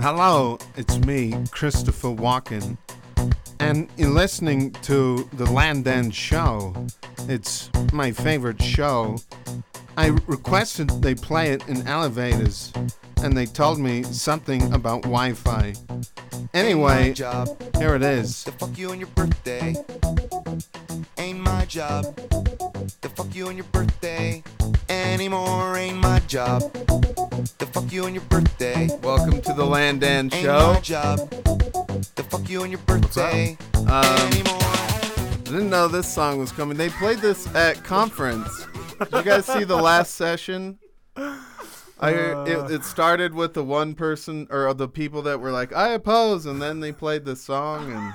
Hello, it's me, Christopher Walken, and you're listening to The Land End Show. It's my favorite show. I requested they play it in elevators, and they told me something about Wi Fi. Ain't my Anyway, job here it is. to fuck you on your birthday. Ain't my job to fuck you on your birthday anymore. Ain't my job to fuck you on your birthday. Welcome to the Land End Ain't my Show. job to fuck you on your birthday Um, anymore. I didn't know this song was coming. They played this at conference. Did you guys see the last session? I Uh. it, it started with the one person or the people that were like, "I oppose," and then they played the song, and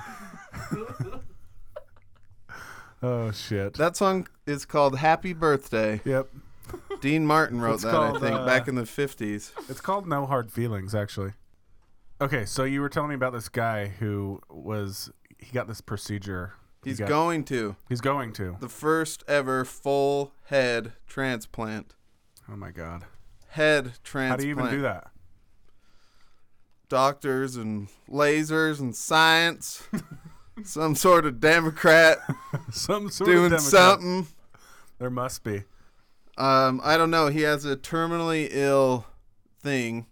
Oh shit. that song is called "Happy Birthday." yep. Dean Martin wrote It's that, I called, think, uh, back in the fifties. It's called No Hard Feelings, actually. Okay, so you were telling me about this guy who was he got this procedure. he He's got- going to He's going to. the first ever full head transplant. Oh my god. Head transplant. How do you even do that? doctors and lasers and science. Some sort of Democrat Some sort of doing Democrat. something. There must be. Um, I don't know. He has a terminally ill thing,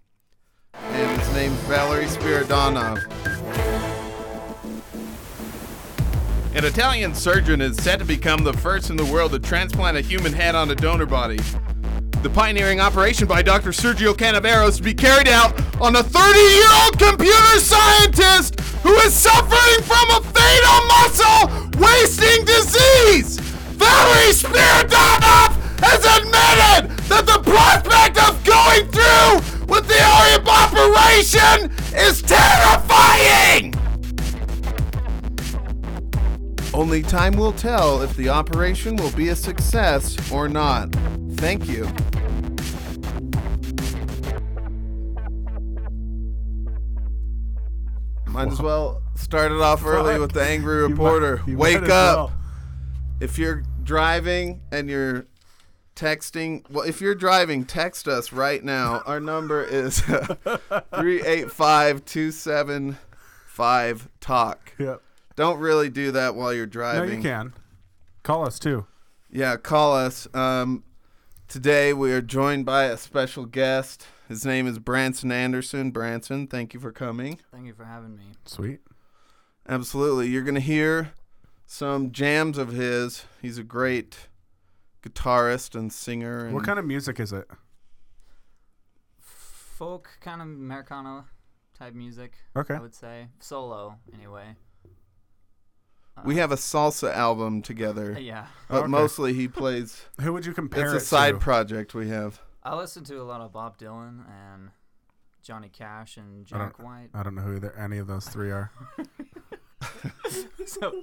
and his name's Valery Spiridonov. An Italian surgeon is said to become the first in the world to transplant a human head on a donor body. The pioneering operation by Dr. Sergio Canavero is to be carried out on a 30 year old computer scientist who is suffering from a fatal muscle wasting disease. Valery Spiridonov has admitted that the prospect of going through with the operation is terrifying! Only time will tell if the operation will be a success or not. Thank you. Might as well start it off early Fuck. with the angry You might- reporter. you might Wake as up. well. If you're driving and you're texting, well, if you're driving, text us right now. Our number is 385 275 Talk. Yep. Don't really do that while you're No, driving. you can. Call us too. Yeah, call us. Um, today we are joined by a special guest. His name is Branson Anderson. Branson, thank you for coming. Thank you for having me. Sweet. Absolutely. You're going to hear some jams of his. He's a great guitarist and singer. And What kind of music is it? Folk kind of Americana type music, Okay. I would say. Solo, anyway. we have a salsa album together, Uh, Yeah. but Okay. mostly he plays. Who would you compare it's it a side to? project we have. I listen to a lot of Bob Dylan and Johnny Cash and I don't- Jack White. I don't know who either, any of those three are. so,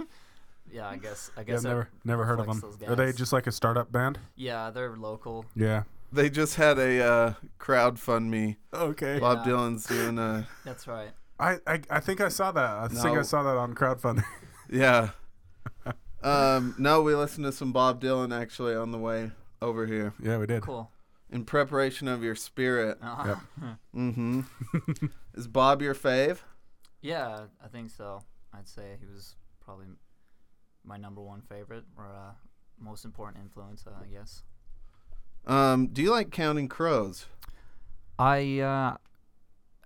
yeah, I guess I Yeah, guess I've that- never never heard of them. reflects those Are they guys. just like a startup band? yeah, they're local. Yeah. They just had a uh, crowdfund Okay. Bob Yeah. Dylan's doing a That's right. I, I, I think I saw that. I think No. I saw that on crowdfunding. Yeah. Um, no, we listened to some Bob Dylan actually on the way over here yeah, we did. Cool. in preparation of your spirit. Uh, Mm-hmm. Is Bob your fave? yeah, I think so. I'd say he was probably m- my number one favorite or uh, most important influence, uh, I guess. Um, do you like Counting Crows? I uh,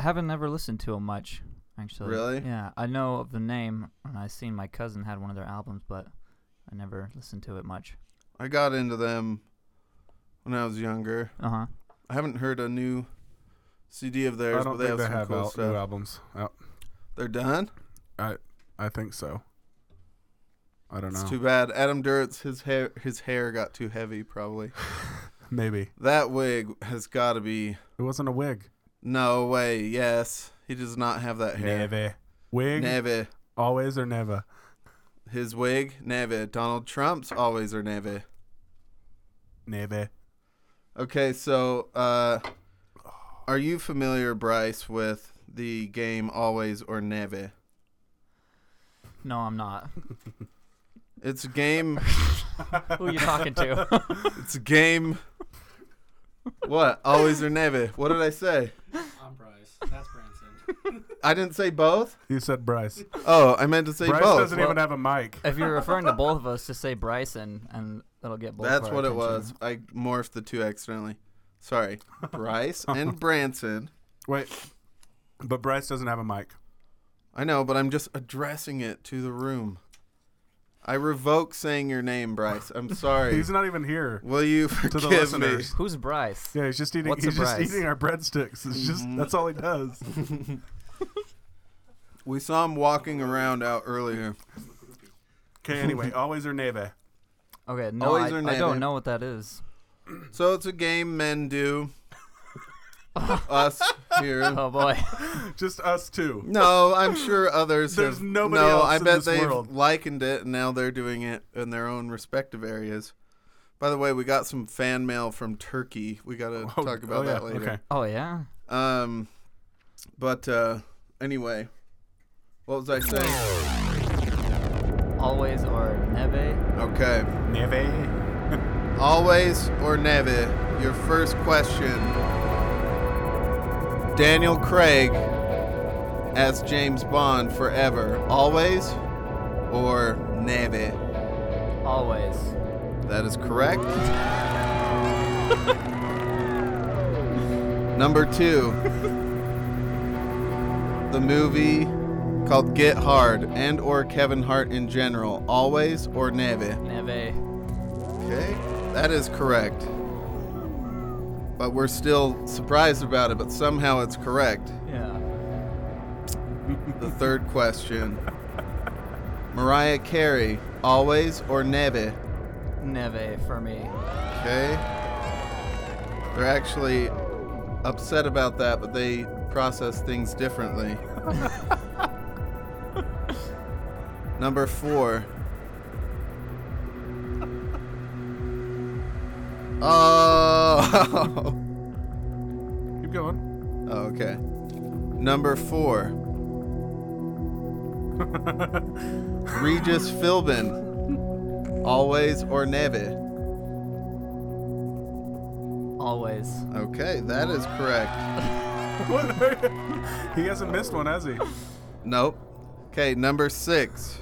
haven't never listened to them much, actually. Really? Yeah, I know of the name, and I seen my cousin had one of their albums, but I never listened to it much. I got into them when I was younger. Uh huh. I haven't heard a new CD of I theirs, but don't they have think they some have cool al- stuff. new albums. out. They're done. I I think so. I don't It's know. too bad. Adam Duritz, his hair, his hair got too heavy. Probably Maybe that wig has got to be. it wasn't a wig. No way. Yes, he does not have that hair. Never. Wig Neve. always or never. His wig, Neve. Donald Trump's always are Neve. Never. Okay, so uh, are you familiar, Bryce, with the game Always or Neve? No, I'm not. It's a game. Who are you talking to? It's a game What? Always or never? What did I say? I'm Bryce. That's Branson. I didn't say both. You said Bryce. Oh, I meant to say Bryce both. doesn't Well, even have a mic. If you're referring to both of us, just say Bryson, and that'll get both. That's our what it was. attention. I morphed the two accidentally. Sorry, Bryce and Branson. Wait, but Bryce doesn't have a mic. I know, but I'm just addressing it to the room. I revoke saying your name, Bryce. I'm sorry. He's not even here. Will you the forgive me? listeners. Who's Bryce? Yeah, he's just eating. What's a he's just Bryce? eating our breadsticks. It's just Mm-hmm. that's all he does. We saw him walking around out earlier. Okay. Anyway, always or never. Okay, no, Always I, or I never. don't know what that is. So it's a game men do. Us here. Oh boy, Just us two. No, I'm sure others. There's have, nobody No, else I in bet this they've world. likened it, and now they're doing it in their own respective areas. By the way, we got some fan mail from Turkey. We got to Oh, talk oh, about yeah, that later. Okay. oh yeah. Um, but uh, anyway, what was I saying? Always or never. Okay, Never. always or never. Your first question. Daniel Craig as James Bond forever. Always or never. Always. That is correct. Number two. The movie called Get Hard and or Kevin Hart in general. Always or never. Never. Okay, that is correct. But we're still surprised about it, but somehow it's correct. Yeah. The third question Mariah Carey, always or never? Never for me. Okay. They're actually upset about that, but they process things differently. Number four. Oh. Keep going. Oh, okay. Number four. Regis Philbin. Always or never. Always. Okay, that is correct. What? he hasn't missed one, has he? Nope. Okay, number six.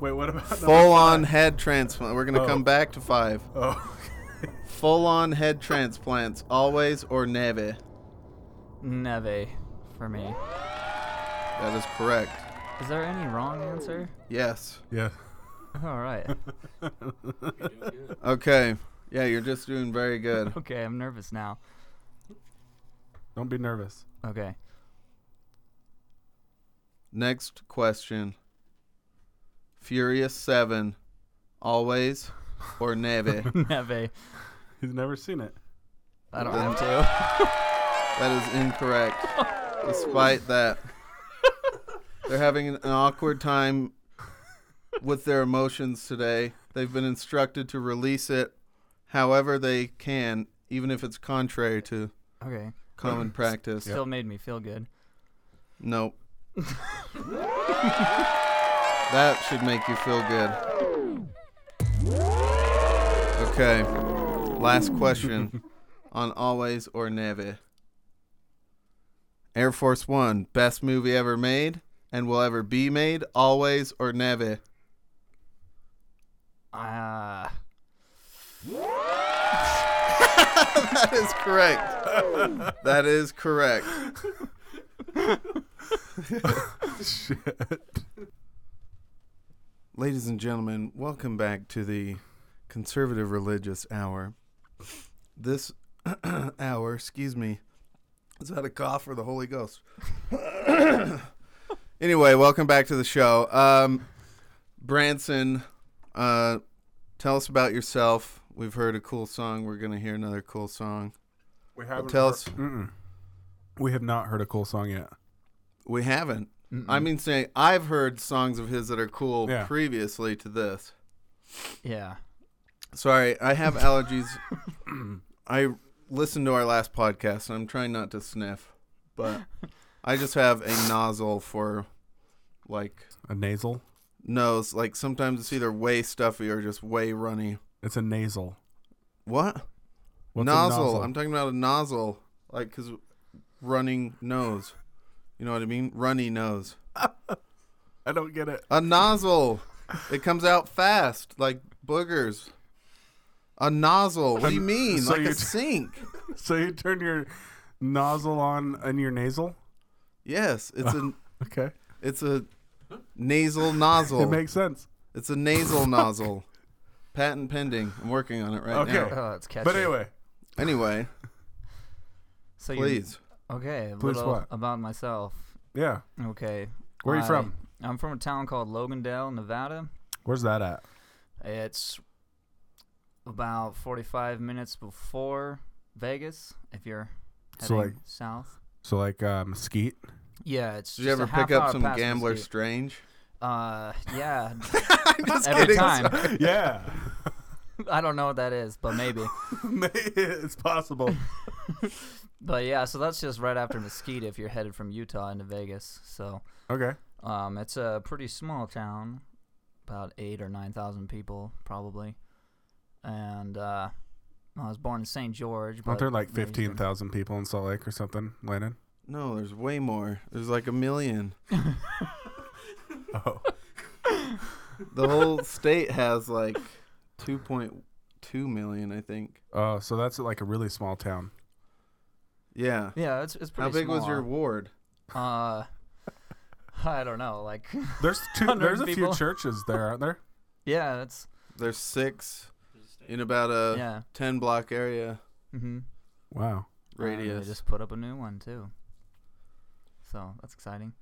Wait, what about? number- Full on head transplant. We're going to Oh. come back to five. Oh, Full on head transplants. Always or never. Never for me. That is correct. Is there any wrong answer? Yes. yeah. All right. Okay. Yeah, you're just doing very good. Okay, I'm nervous now. Don't be nervous. Okay. Next question. Furious 7, always or never? Never. He's never seen it. I don't have to. that is incorrect. Despite that, they're having an awkward time with their emotions today. They've been instructed to release it however they can, even if it's contrary to Okay. common practice. Still made me feel good. Nope. that should make you feel good. Okay. Last question on Always or Never. Air Force One, best movie ever made and will ever be made, always or never. Ah. That is correct. that is correct. Shit. Ladies and gentlemen, welcome back to the Conservative Religious Hour. This hour, excuse me, is that a cough or the Holy Ghost? anyway, welcome back to the show. Um, Branson, uh, tell us about yourself. We've heard a cool song. We're going to hear another cool song. We haven't. Tell us. Mm-mm. We have not heard a cool song yet. We haven't. I mean, saying I've heard songs of his that are cool Yeah. previously to this. Yeah. Sorry, I have allergies. I listened to our last podcast, and I'm trying not to sniff, but I just have a nozzle for like A nasal. nose. Like sometimes it's either way stuffy or just way runny. It's a nasal. What? What's a nozzle. I'm talking about a nozzle, like because running nose. You know what I mean? Runny nose. I don't get it. A nozzle. It comes out fast, like boogers. A nozzle. What do you I'm- mean? so like you're a t- sink. So you turn your nozzle on in your nasal. Yes, it's a Okay, it's a nasal it nozzle. makes sense. it's a nasal nozzle. Patent pending. I'm working on it right Okay. now. Oh, it's catchy. But anyway, Anyway, so you- please. Okay, a Please little what? about myself. yeah. Okay. Where are you I- from? I'm from a town called Logandale, Nevada. Where's that at? It's about 45 minutes before Vegas, if you're So, heading like- south. So like uh, Mesquite. Yeah, it's. Did just you ever a half pick up hour some past Gambler Mesquite. Strange? Uh, yeah. Just Every time. yeah, I don't know what that is, but maybe. it's possible. But yeah, so that's just right after Mesquite if you're headed from Utah into Vegas. So Okay. um, it's a pretty small town, about eight or nine thousand people probably. And uh, I was born in St. George. Aren't but there like raised in- fifteen thousand people in Salt Lake or something, Landon? No, there's way more. There's like a million. Oh, The whole state has like 2.2 million, I think. oh, so that's like a really small town. Yeah. Yeah, it's it's How pretty. big was your small. ward? Uh, I don't know. Like, There's two. 100 There's a people. few churches there, aren't there? yeah, that's There's six There's a state. in about a yeah. 10 block area Mm-hmm. Wow. radius. they just put up a new one too. So that's exciting.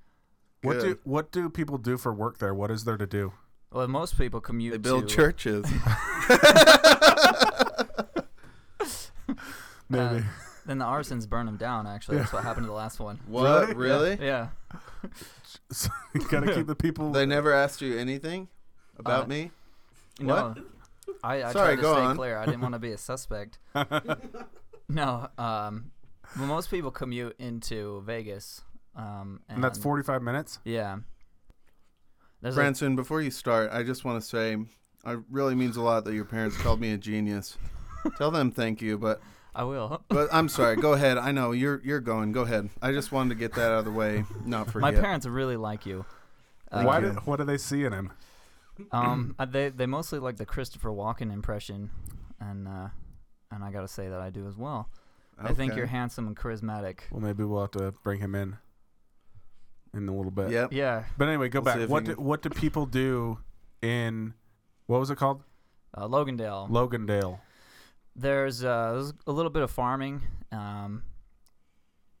What do Good. what do people do for work there? What is there to do? Well, most people commute. they build to, churches. Uh, Maybe. Then the arsons burn them down. Actually, that's what happened to the last one. what? Really? Yeah. So you gotta keep the people. They never asked you anything about Uh, me? No, I, I Sorry, tried to go stay on. clear. I didn't want to be a suspect. no, um, well, most people commute into Vegas. Um, and, and that's 45 minutes. Yeah. There's a- Branson, before you start, I just want to say it really means a lot that your parents called me a genius. Tell them thank you, but I will. but I'm sorry. Go ahead. I know you're you're going. Go ahead. I just wanted to get that out of the way. Not forget. My parents really like you. Uh, Why you. did, what do they see in him? um, uh, they they mostly like the Christopher Walken impression, and uh, and I gotta say that I do as well. I think Okay. you're handsome and charismatic. Well, maybe we'll have to bring him in in a little bit. Yep. Yeah, But anyway, go We'll see back. if What he do, what do people do in what was it called? uh, Logandale. Logandale. there's, uh, there's a little bit of farming, um,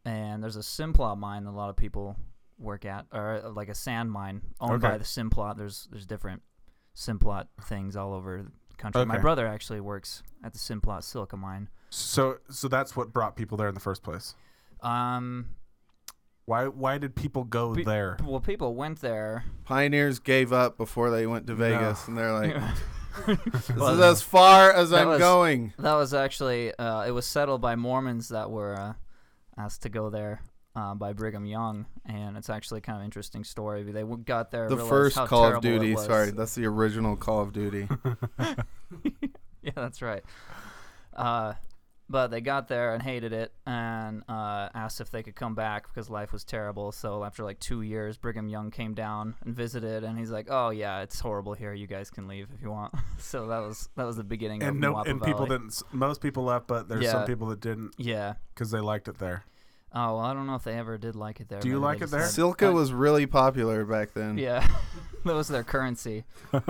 and there's a Simplot mine that a lot of people work at, or uh, like a sand mine owned Okay. by the Simplot. There's there's different Simplot things all over the country. My Okay. brother actually works at the Simplot silica mine. So so that's what brought people there in the first place. Um, Why why did people go Pe- there? well, people went there. Pioneers gave up before they went to Vegas, and they're like, "This Well, is as far as that I'm was- going." That was actually uh, it was settled by Mormons that were uh, asked to go there uh, by Brigham Young, and it's actually kind of interesting story. They w- got there The realized first how Call of terrible it Duty. was. Sorry, that's the original Call of Duty. yeah, that's right. Uh, but they got there and hated it, and uh, asked if they could come back because life was terrible. So after like two years, Brigham Young came down and visited, and he's like, "Oh yeah, it's horrible here. You guys can leave if you want." so that was that was the beginning of and no Moapa and people Valley. didn't s- most people left, but there's some Yeah. people that didn't Yeah. cuz they liked it there. Oh well, I don't know if they ever did like it there. Do you Maybe they like it just there? had- Silka Uh, was really popular back then. Yeah, that was their currency. Yeah.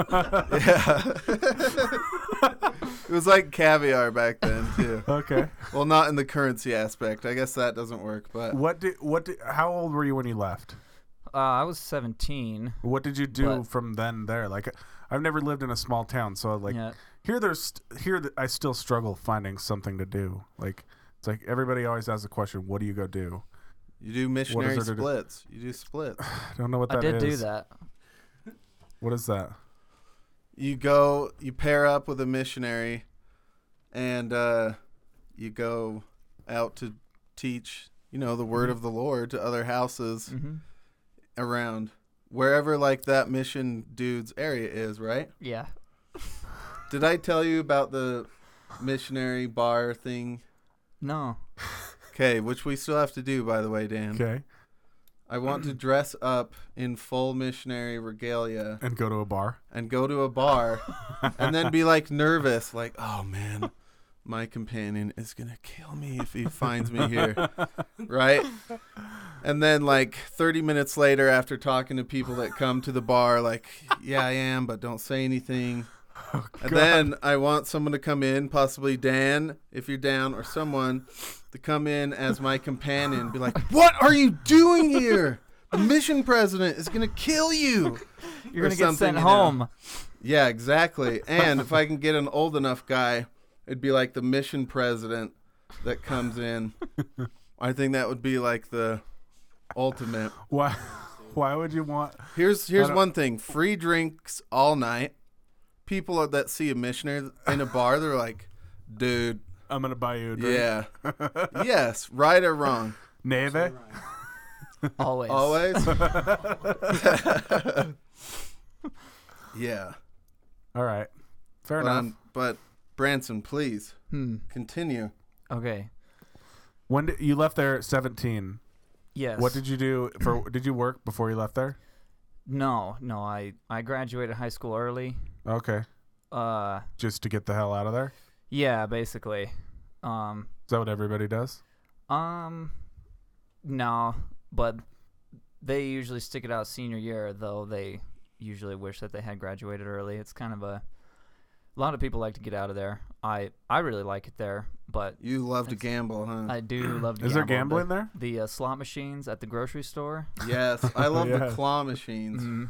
it was like caviar back then too. Okay. Well, not in the currency aspect. I guess that doesn't work, but what did what did, how old were you when you left? Uh, I was 17. What did you do But- from then there? Like I've never lived in a small town, so like yeah, here there's st- here th- I still struggle finding something to do. Like it's like everybody always asks the question, "What do you go do?" you do missionary there to do? splits. You do splits. I don't know what that I is. did do that. What is that? You go. You pair up with a missionary, and uh, you go out to teach. You know the word of the Lord to other houses hmm around wherever like that mission dude's area is. Right? Yeah. Did I tell you about the missionary bar thing. No. Okay, which we still have to do, by the way, Dan. Okay. I want to dress up in full missionary regalia And go to a bar. and go to a bar and then be like nervous, like, oh man, my companion is gonna kill me if he finds me here. right? And then like thirty minutes later after talking to people that come to the bar, like, yeah I am, but don't say anything. and then I want someone to come in, possibly Dan, if you're down, or someone to come in as my companion, be like, What are you doing here? The mission president is gonna kill you. You're Or going to get something, sent you know. home. Yeah, exactly. And if I can get an old enough guy, it'd be like the mission president that comes in. I think that would be like the ultimate. Why? Why would you want? Here's here's don't- one thing: free drinks all night. People that see a missionary in a bar, they're like, "Dude, I'm gonna buy you a drink. yeah, yes, right or wrong, Neve. Always. always." yeah, All right. Fair but, enough. um, but Branson, please Hmm. continue. Okay. when did, you left there at 17. Yes. What did you do for? did you work before you left there? No, no. I, I graduated high school early. Okay. Uh, Just to get the hell out of there. yeah, basically. Um, Is that what everybody does? Um, no, but they usually stick it out senior year, though they usually wish that they had graduated early. It's kind of a, a lot of people like to get out of there. I I really like it there, but You love to gamble, huh? I do love. To Is there gamble. gambling there? The, the uh, slot machines at the grocery store. Yes, I love Yeah. Mm-hmm. the claw machines. Mm,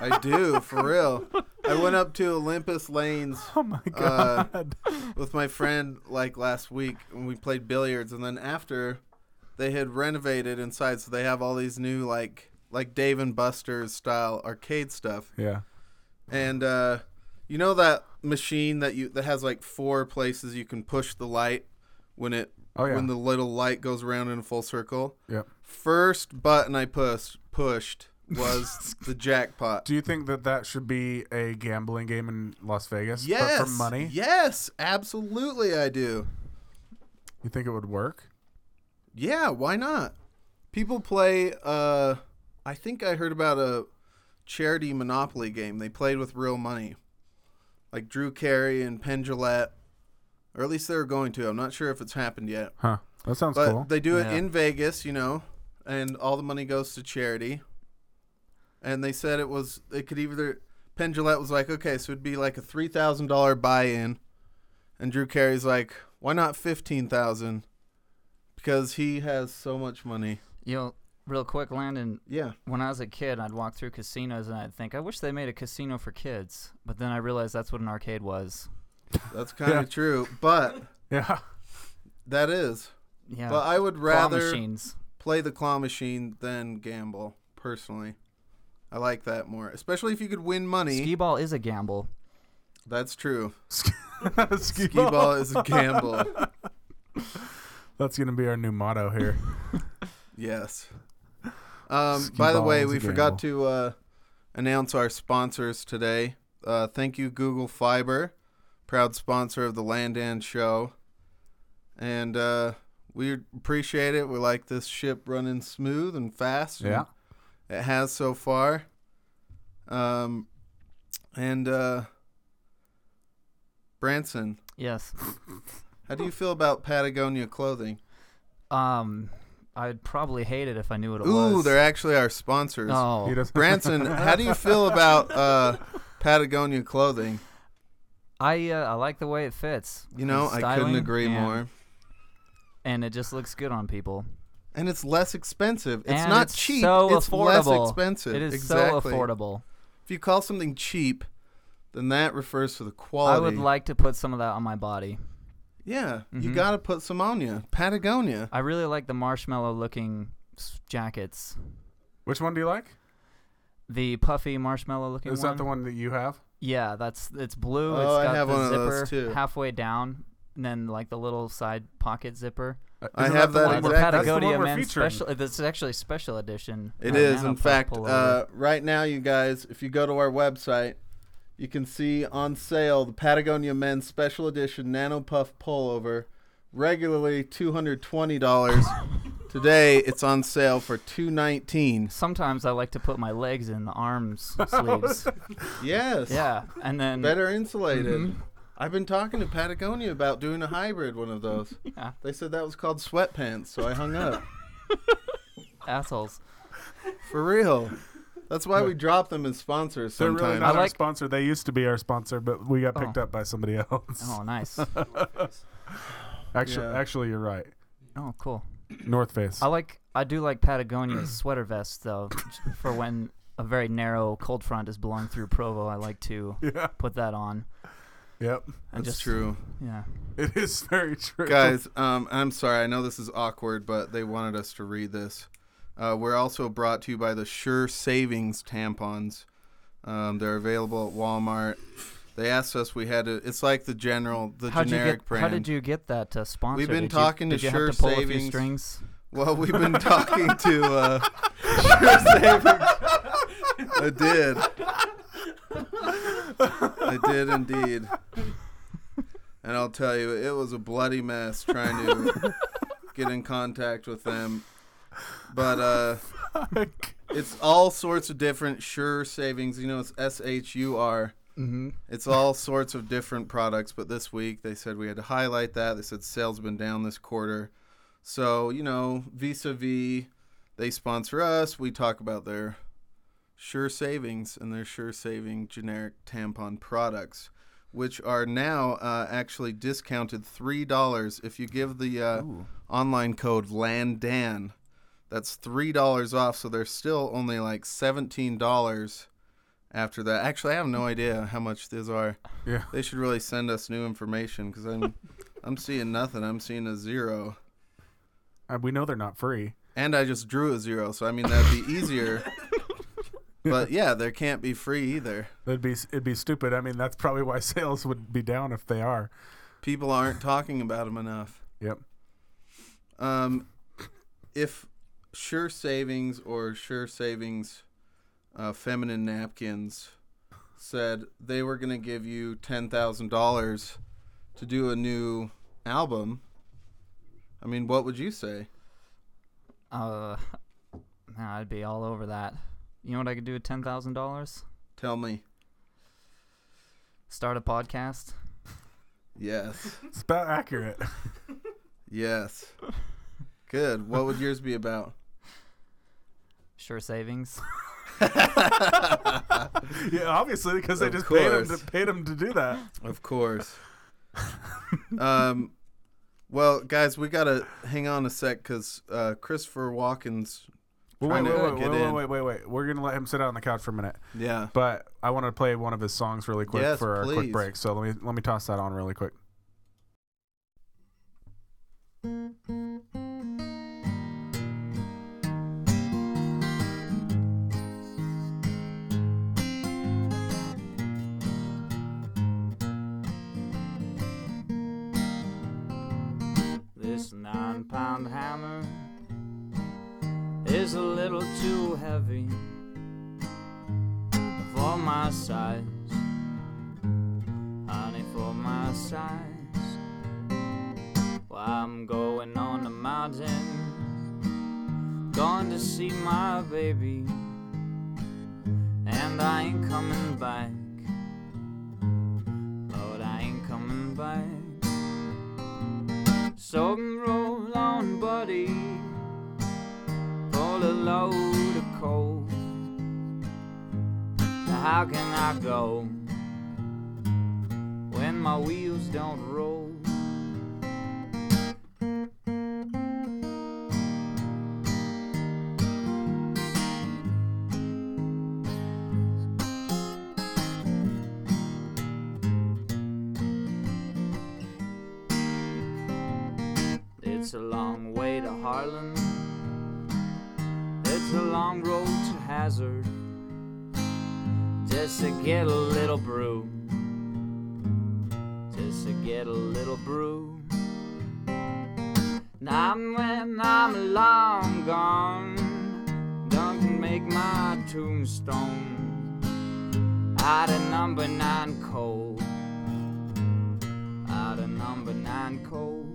I do, for real. I went up to Olympus Lanes Oh my Uh, god. with my friend like last week and we played billiards and then after they had renovated inside so they have all these new like like Dave and Buster's style arcade stuff. yeah. And uh you know that machine that you that has like four places you can push the light when it Oh yeah. when the little light goes around in a full circle? Yep. First button I pushed pushed was the jackpot. do you think that that should be a gambling game in Las Vegas? But for money? Yes, absolutely I do. You think it would work? Yeah, why not? People play uh I think I heard about a charity monopoly game. They played with real money. Like Drew Carey and Penn Jillette. Or at least they were going to. I'm not sure if it's happened yet. Huh. That sounds But cool. they do it Yeah. in Vegas, you know, and all the money goes to charity. And they said it was it could either Penn Jillette was like, okay, so it'd be like a three thousand dollar buy in, and Drew Carey's like, why not fifteen thousand? Because he has so much money. you know, real quick, Landon. Yeah. When I was a kid, I'd walk through casinos and I'd think, I wish they made a casino for kids. But then I realized that's what an arcade was. That's kind Yeah. of true, but yeah. that is. Yeah. But I would claw rather machines. play the claw machine than gamble personally. I like that more, especially if you could win money. Skee ball is a gamble. That's true. Ski Skee ball is a gamble. That's gonna be our new motto here. Yes. Um, Skee by the ball way, is a we forgot to uh, announce our sponsors today. Uh, thank you, Google Fiber, proud sponsor of the Landan Show. And uh, we appreciate it. We like this ship running smooth and fast. and yeah. It has so far. Um, and uh, Branson, Yes. how do you feel about Patagonia clothing? Um, I'd probably hate it if I knew what it was. Oh, Ooh, they're actually our sponsors. He No, doesn't- Branson, how do you feel about uh, Patagonia clothing? I uh, I like the way it fits. You know, The I couldn't styling agree and- more. And it just looks good on people. And it's less expensive. It's And not it's cheap. So it's affordable. less expensive. It is so Exactly. affordable. If you call something cheap, then that refers to the I quality. would like to put some of that on my body. Yeah, you Mhm. got to put some on you. Patagonia. I really like the marshmallow looking s- jackets. Which one do you like? The puffy marshmallow looking Is one. that the one that you have? Yeah, that's it's blue. Oh, it's I got have the one of zipper those, too. halfway down, and then like the little side pocket zipper. Uh, I isn't have the that one Like the we're- exact- that's the Patagonia one we're Man featuring. special. This is actually special edition. It right is, now, in if I fact, pull over. uh, right now, you guys, if you go to our website, you can see on sale the Patagonia Men's Special Edition Nano Puff Pullover, regularly two hundred twenty dollars. Today it's on sale for two nineteen. Sometimes I like to put my legs in the arms sleeves. Yes. Yeah, Mm-hmm. and then Better insulated. I've been talking to Patagonia about doing a hybrid one of those. Yeah. They said that was called sweatpants, so I hung up. assholes. For real. That's why we drop them as sponsors They're sometimes. really not I our like- sponsor. They used to be our sponsor, but we got picked Oh. up by somebody else. Oh, nice. Actually, Yeah. actually, you're right. Oh, cool. North Face. I like. I do like Patagonia's sweater vests though, j- for when a very narrow cold front is blowing through Provo. I like to yeah. put that on. Yep. And That's just, true. Yeah. It is very true. Guys, um, I'm sorry. I know this is awkward, but they wanted us to read this. Uh, we're also brought to you by the Sure Savings tampons. Um, they're available at Walmart. They asked us we had to. It's like the general, the How'd you generic get? brand. How did you get that uh, sponsor? been Did you- talking to did you Sure have to pull a few Savings. strings. Well, we've been talking to uh, Sure Savings. I did. I did indeed. And I'll tell you, it was a bloody mess trying to get in contact with them. But uh, it's all sorts of different Sure Savings. You know, it's S H U R. Mm-hmm. It's all sorts of different products, but this week they said we had to highlight that. They said sales been down this quarter. So, you know, vis-a-vis they sponsor us, we talk about their sure savings and their sure saving generic tampon products, which are now uh, actually discounted three dollars if you give the uh, online code LANDAN. That's three dollars off, so they're still only like seventeen dollars after that. Actually, I have no idea how much these are. Yeah. They should really send us new information because I'm, I'm seeing nothing. I'm seeing a zero, Uh, we know they're not free. and I just drew a zero. So I mean that'd be easier. but yeah, there can't be free either. It'd be it'd be stupid. I mean, that's probably why sales would be down if they are. People aren't talking about them enough. Yep. Um, if Sure Savings or Sure Savings uh, Feminine Napkins said they were going to give you $10,000 to do a new album, I mean, what would you say? Uh, man, I'd be all over that. You know what I could do with ten thousand dollars? Tell me. Start a podcast. Yes. It's about accurate. Yes. Good. What would yours be about? Sure savings. yeah, obviously because they Of just paid them, course. to, paid 'em to do that. Of course. um, well, guys, we gotta hang on a sec because uh, Christopher Walken's. Well, trying wait, wait, to wait, wait, get wait, in. wait, wait, wait. We're gonna let him sit down on the couch for a minute. Yeah. But I want to play one of his songs really quick Yes, for our please. quick break. So let me let me toss that on really quick. This nine pound hammer is a little too heavy for my size. Honey, for my size. Well, I'm going on the mountain, going to see my baby, and I ain't coming back. Lord, I ain't coming back. So roll on, buddy. Roll a load of coal. How can I go when my wheels don't roll? It's a long way to Harlem. It's a long road to Hazard. Just to get a little brew. Just to get a little brew. Now I'm- when I'm long gone, don't make my tombstone. Out of number nine cold. Out of number nine cold.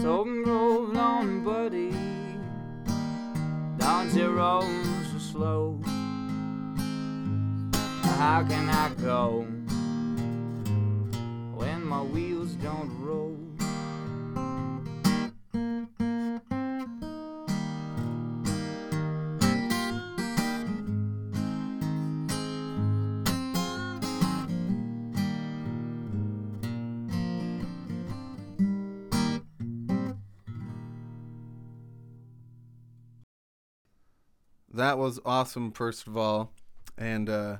So roll on, buddy. Down zeros are slow. How can I go when my wheels don't roll? That was awesome, first of all. And uh,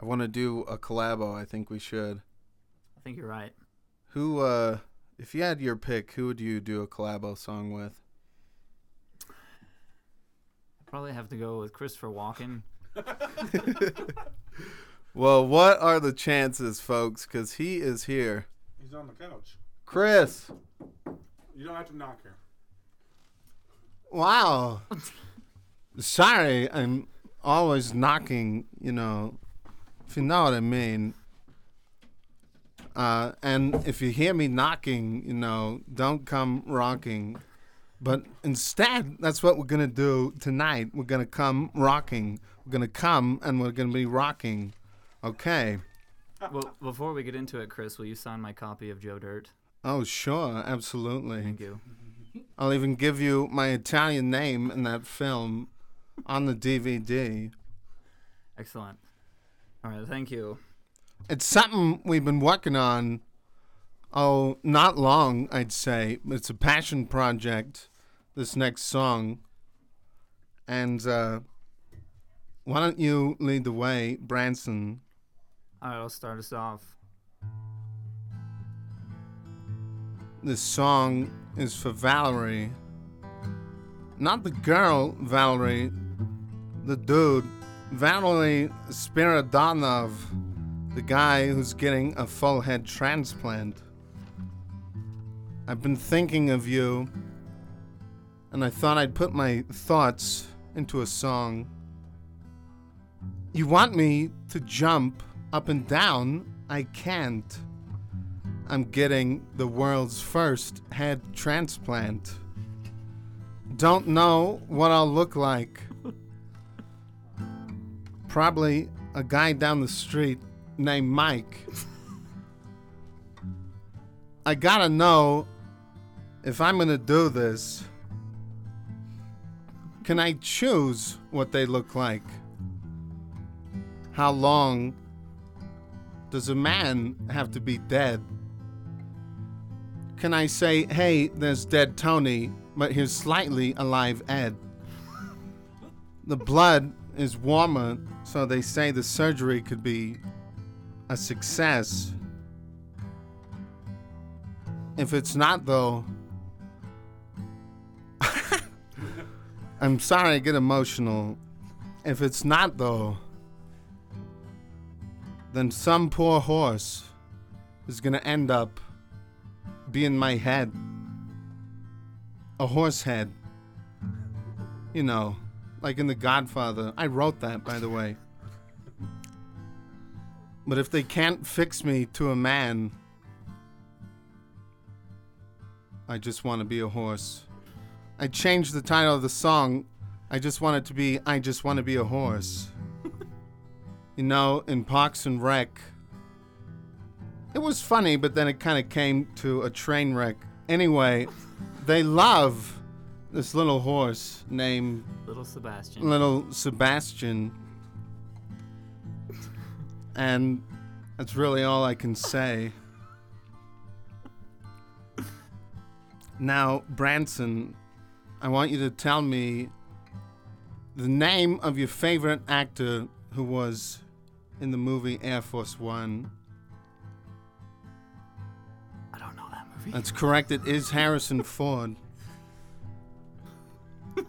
I want to do a collabo. I think we should. I think you're right. Who, uh, if you had your pick, who would you do a collabo song with? I probably have to go with Christopher Walken. Well, what are the chances, folks? Because he is here. He's on the couch. Chris, You don't have to knock her. Wow. Sorry, I'm always knocking, you know, if you know what I mean. Uh, and if you hear me knocking, you know, don't come rocking. But instead, that's what we're going to do tonight. We're going to come rocking. We're going to come and we're going to be rocking. Okay. well, before we get into it, Chris, will you sign my copy of Joe Dirt? Oh, sure. Absolutely. Thank you. I'll even give you my Italian name in that film on the DVD. Excellent. All right, thank you. it's something we've been working on oh not long i'd say it's a passion project this next song and uh why don't you lead the way branson All right, I'll start us off. this song is for valerie not the girl valerie the dude valerie spiridonov the guy who's getting a full head transplant I've been thinking of you, and I thought I'd put my thoughts into a song. You want me to jump up and down? I can't. I'm getting the world's first head transplant. Don't know what I'll look like. Probably a guy down the street named Mike. I gotta know if I'm gonna do this. Can I choose what they look like? How long does a man have to be dead? Can I say, hey, there's dead Tony, but here's slightly alive Ed? The blood is warmer, so they say the surgery could be a success. If it's not, though, I'm sorry I get emotional. If it's not, though, then some poor horse is gonna end up being my head. A horse head. You know, like in The Godfather. I wrote that, by the way. But if they can't fix me to a man, I just want to be a horse. I changed the title of the song. I just want it to be I just want to be a horse. you know, in Parks and Rec, it was funny, but then it kind of came to a train wreck. Anyway, they love this little horse named Little Sebastian. little Sebastian. And that's really all I can say. Now, Branson, I want you to tell me the name of your favorite actor who was in the movie Air Force One. I don't know that movie. That's correct. It is Harrison Ford.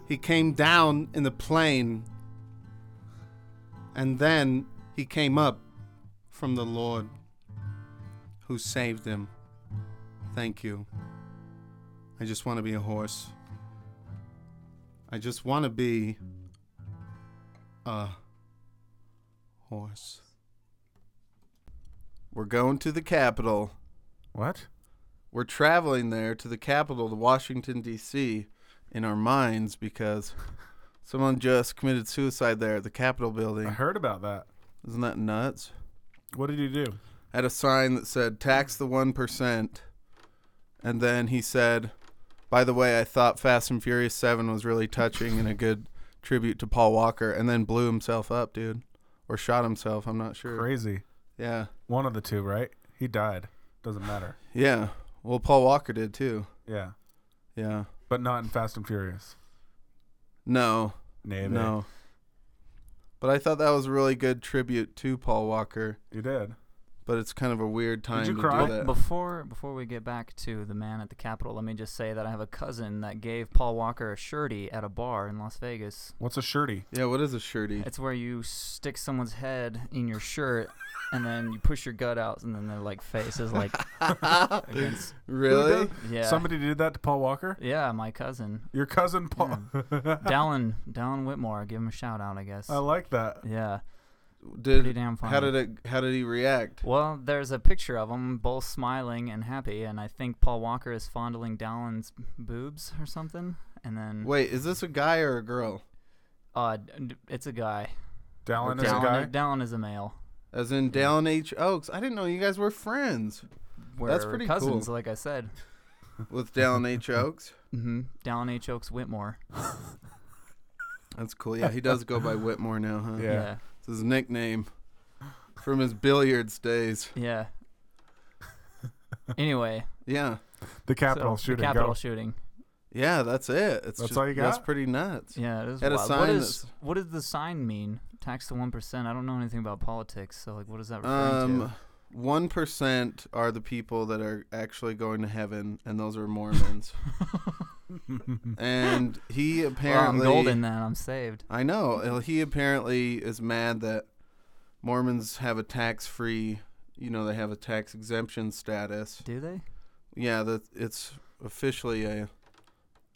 He came down in the plane and then he came up from the Lord who saved him. Thank you. I just want to be a horse. I just want to be a horse. We're going to the Capitol. What? We're traveling there to the Capitol, to Washington, D.C., in our minds because someone just committed suicide there at the Capitol I building. heard about that. Isn't that nuts? What did you do? had a sign that said tax the 1% and then he said by the way i thought fast and furious 7 was really touching and a good tribute to paul walker and then blew himself up dude or shot himself i'm not sure Crazy. yeah One of the two, right? He died. Doesn't matter. yeah well paul walker did too Yeah. yeah But not in Fast and Furious. no Maybe. no but i thought that was a really good tribute to paul walker You did. but it's kind of a weird time you to cry? do that Before before we get back to the man at the Capitol, let me just say that I have a cousin that gave Paul Walker a shirty at a bar in Las Vegas. What's a shirty? yeah what is a shirty It's where you stick someone's head in your shirt, and then you push your gut out, and then their like face is like against. really Yeah. Somebody did that to Paul Walker? Yeah, my cousin, Your cousin Paul. Uh, Dallin Dallin Whitmore. Give him a shout out, I guess. I like that. yeah. did Pretty damn how funny. did it how did he react Well, there's a picture of them both smiling and happy, and I think Paul Walker is fondling Dallin's boobs or something. And then Wait, is this a guy or a girl? uh, d- d- it's a guy. Dallin is a Dallin, guy. Dallin is a male. As in Dallin H. Oaks. I didn't know you guys were friends We're That's pretty cousins, cool. like I said. with Dallin H. Oaks. Mm-hmm. Dallin H. Oaks Whitmore. That's cool. Yeah, he does go by Whitmore now, huh? Yeah. Yeah. It's his nickname from his billiards days. Yeah. anyway, Yeah. The Capitol so, shooting. The Capitol go. shooting. Yeah, that's it. It's That's just, all you That's got? pretty nuts. Yeah, it is Had a wild. sign what is that's- what does the sign mean? Tax the one percent. I don't know anything about politics, so like, what is that referring Um, one percent are the people that are actually going to heaven, and those are Mormons. and he to? Hmm. Well, I'm apparently golden then. I'm saved. I know. Uh, He apparently is mad that Mormons have a tax free, you know, they have a tax exemption status. Do they? Yeah, that it's officially a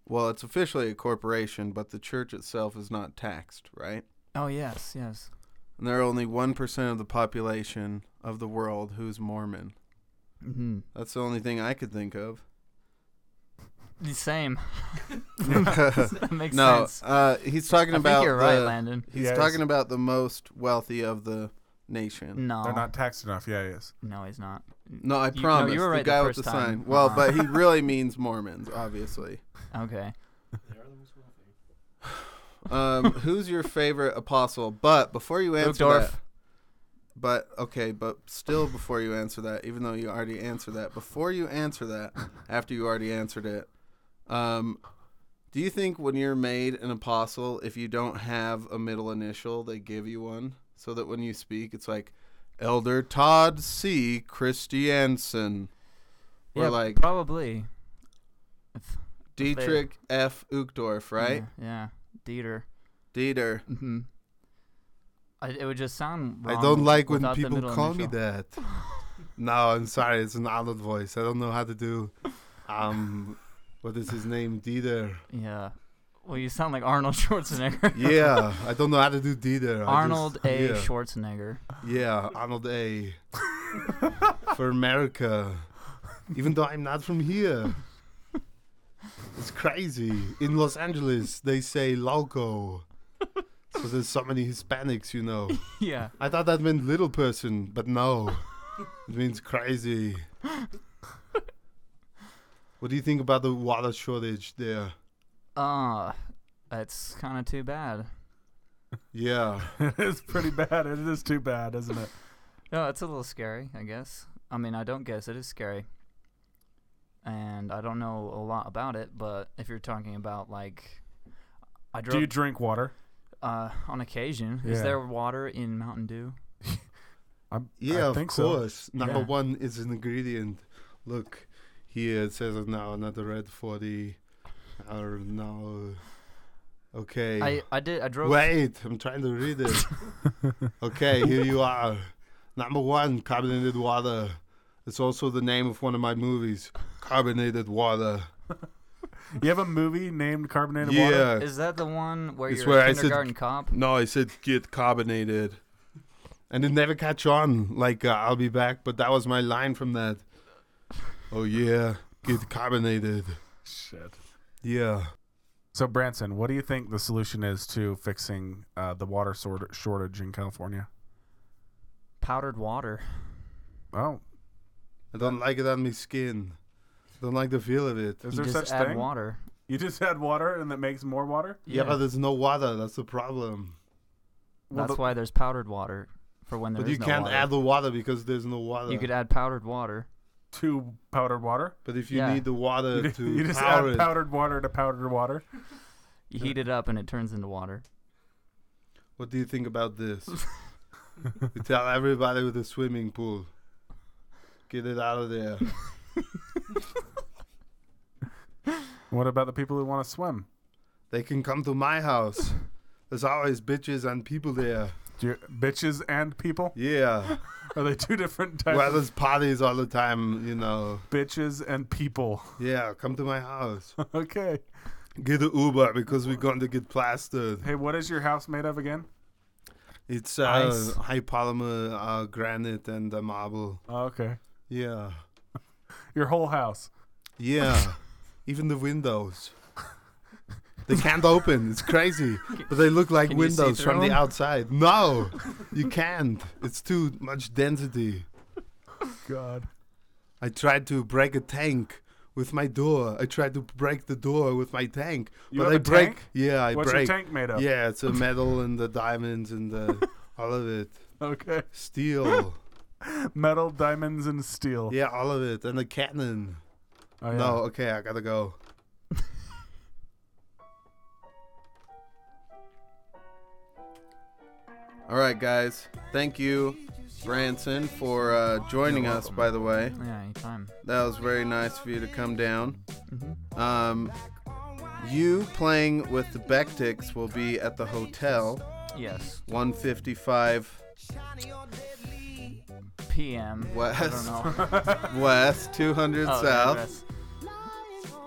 well, it's officially a corporation, but the church itself is not taxed, right? Oh yes, yes. And there are only 1% of the population of the world who's Mormon. Mm-hmm. That's the only thing I could think of. The same. that makes no, sense. uh, he's talking I about think you're right, the- Landon. he's Yes. talking about the most wealthy of the nation. No, They're not taxed enough. Yeah, he is. no, he's not. No, I You- no, promise. you were the right the guy first with the time. sign. Well, Uh-huh. but he really means Mormons, obviously. Okay. They are the most wealthy. Um, who's your favorite apostle? But before you answer Dorff. that, but okay, but still before you answer that, even though you already answered that, before you answer that, after you already answered it, um, do you think when you're made an apostle, if you don't have a middle initial, they give you one so that when you speak, it's like Elder Todd C. Christiansen or yeah, like probably. If- they- Dietrich F. Uchtdorf, right? Yeah. yeah. Dieter. Dieter. Mm-hmm. I, it would just sound. Wrong I don't like when without the people middle call me initial. that. no, I'm sorry. It's an adult voice. I don't know how to do. Um, what is his name? Dieter. Yeah. Well, you sound like Arnold Schwarzenegger. Yeah, I don't know how to do Dieter. I just- Arnold A. Yeah, Schwarzenegger. yeah, Arnold A. For America, even though I'm not from here. It's crazy. In Los Angeles, they say loco. So there's so many Hispanics, you know. Yeah. I thought that meant little person, but no. it means crazy. what do you think about the water shortage there? Uh, that's kind of too bad. Yeah. it is pretty bad. It is too bad, isn't it? No, it's a little scary, I guess. I mean, I don't guess. It is scary. And I don't know a lot about it, but if you're talking about, like, I Do drove you drink water? uh, on occasion. Is Yeah. there water in Mountain Dew? I'm, Yeah, I think of so. course. Number Yeah. one is an ingredient. Look, here it says it now, another red 40. Or no. Okay. I, I did. I drove. Wait, I'm trying to read it. okay, here you are. Number one, carbonated water. It's also the name of one of my movies, Carbonated Water. You have a movie named Carbonated Water? yeah. Is that the one where It's you're where a I said- kindergarten cop? No, I said get carbonated. and it never catch on. Like uh, I'll be back, but that was my line from that. Oh yeah, get carbonated. Shit. Yeah. So Branson, what do you think the solution is to fixing uh, the water sort- shortage in California? Powdered water. Oh, I don't like it on my skin. Don't like the feel of it. is you there just such add thing? water. You just add water and that makes more water. Yeah, but there's no water. That's the problem. Well, that's the- why there's powdered water for when there's but you no can't water. add the water because there's no water. You could add powdered water. Two powdered water. but if you yeah. need the water You, to you just power add it, powdered water to powdered water. You heat it up and it turns into water. what do you think about this? we tell everybody with a swimming pool, get it out of there. What about the people who want to swim? They can come to my house. There's always bitches and people there. Do you, bitches and people? Yeah. Are they two different types? well, of there's parties all the time, you know. bitches and people. Yeah, come to my house. okay. Get an Uber because we're going to get plastered. Hey, what is your house made of again? It's uh, Ice. high polymer uh, granite and uh, marble. Oh, okay. Yeah. Your whole house. Yeah. Even the windows. They can't open. It's crazy. But they look like Can you see windows from through the 'em? outside. No, you can't. It's too much density. God. I tried to break a tank with my door. I tried to break the door with my tank. You but have I a break. tank? Yeah, I What's break. your tank made of? Yeah, it's a metal and the diamonds and the, all of it. Okay. Steel. Metal, diamonds, and steel. Yeah, all of it. And the cannon. Oh, yeah. No, okay, I gotta go. All right, guys. Thank you, Branson, for uh, joining You're us. welcome. By the way, Yeah, anytime. that was very nice for you to come down. Mhm. Um, you playing with the Bectics will be at the hotel, Yes. 155 PM. I don't West know. West, 200 Oh, the South. address.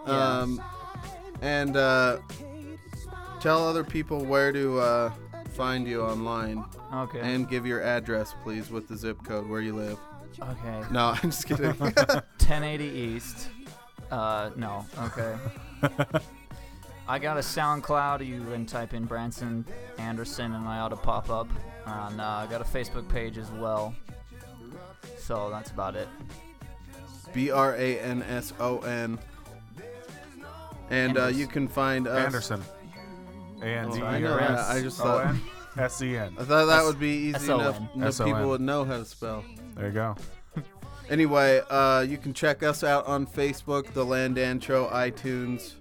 Um, and uh, tell other people where to uh, find you online Okay. and give your address, please, with the zip code where you live. okay. No, I'm just kidding. 1080 East. Uh, no. Okay. I got a SoundCloud. You can type in Branson Anderson, and I ought to pop up. And uh, I got a Facebook page as well. So that's about it. B R A N S O N. And uh, Anderson. you can find us. Anderson. A N D E Oh, I know R that. S Oh, I just O thought. N S E N. I thought that would be easy S-O-N. enough. No S-O-N. people would know how to spell. There you go. Anyway, uh, you can check us out on Facebook, The Land Antro, iTunes.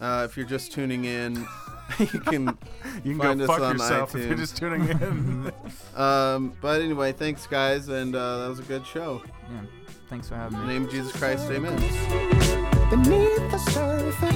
Uh, if you're just tuning in, you can. You can Find go us fuck on yourself if you're iTunes. just tuning in. Um, but anyway, thanks guys, and uh, that was a good show. Yeah. Thanks for having In me. the name of Jesus Christ, amen. Beneath the surface.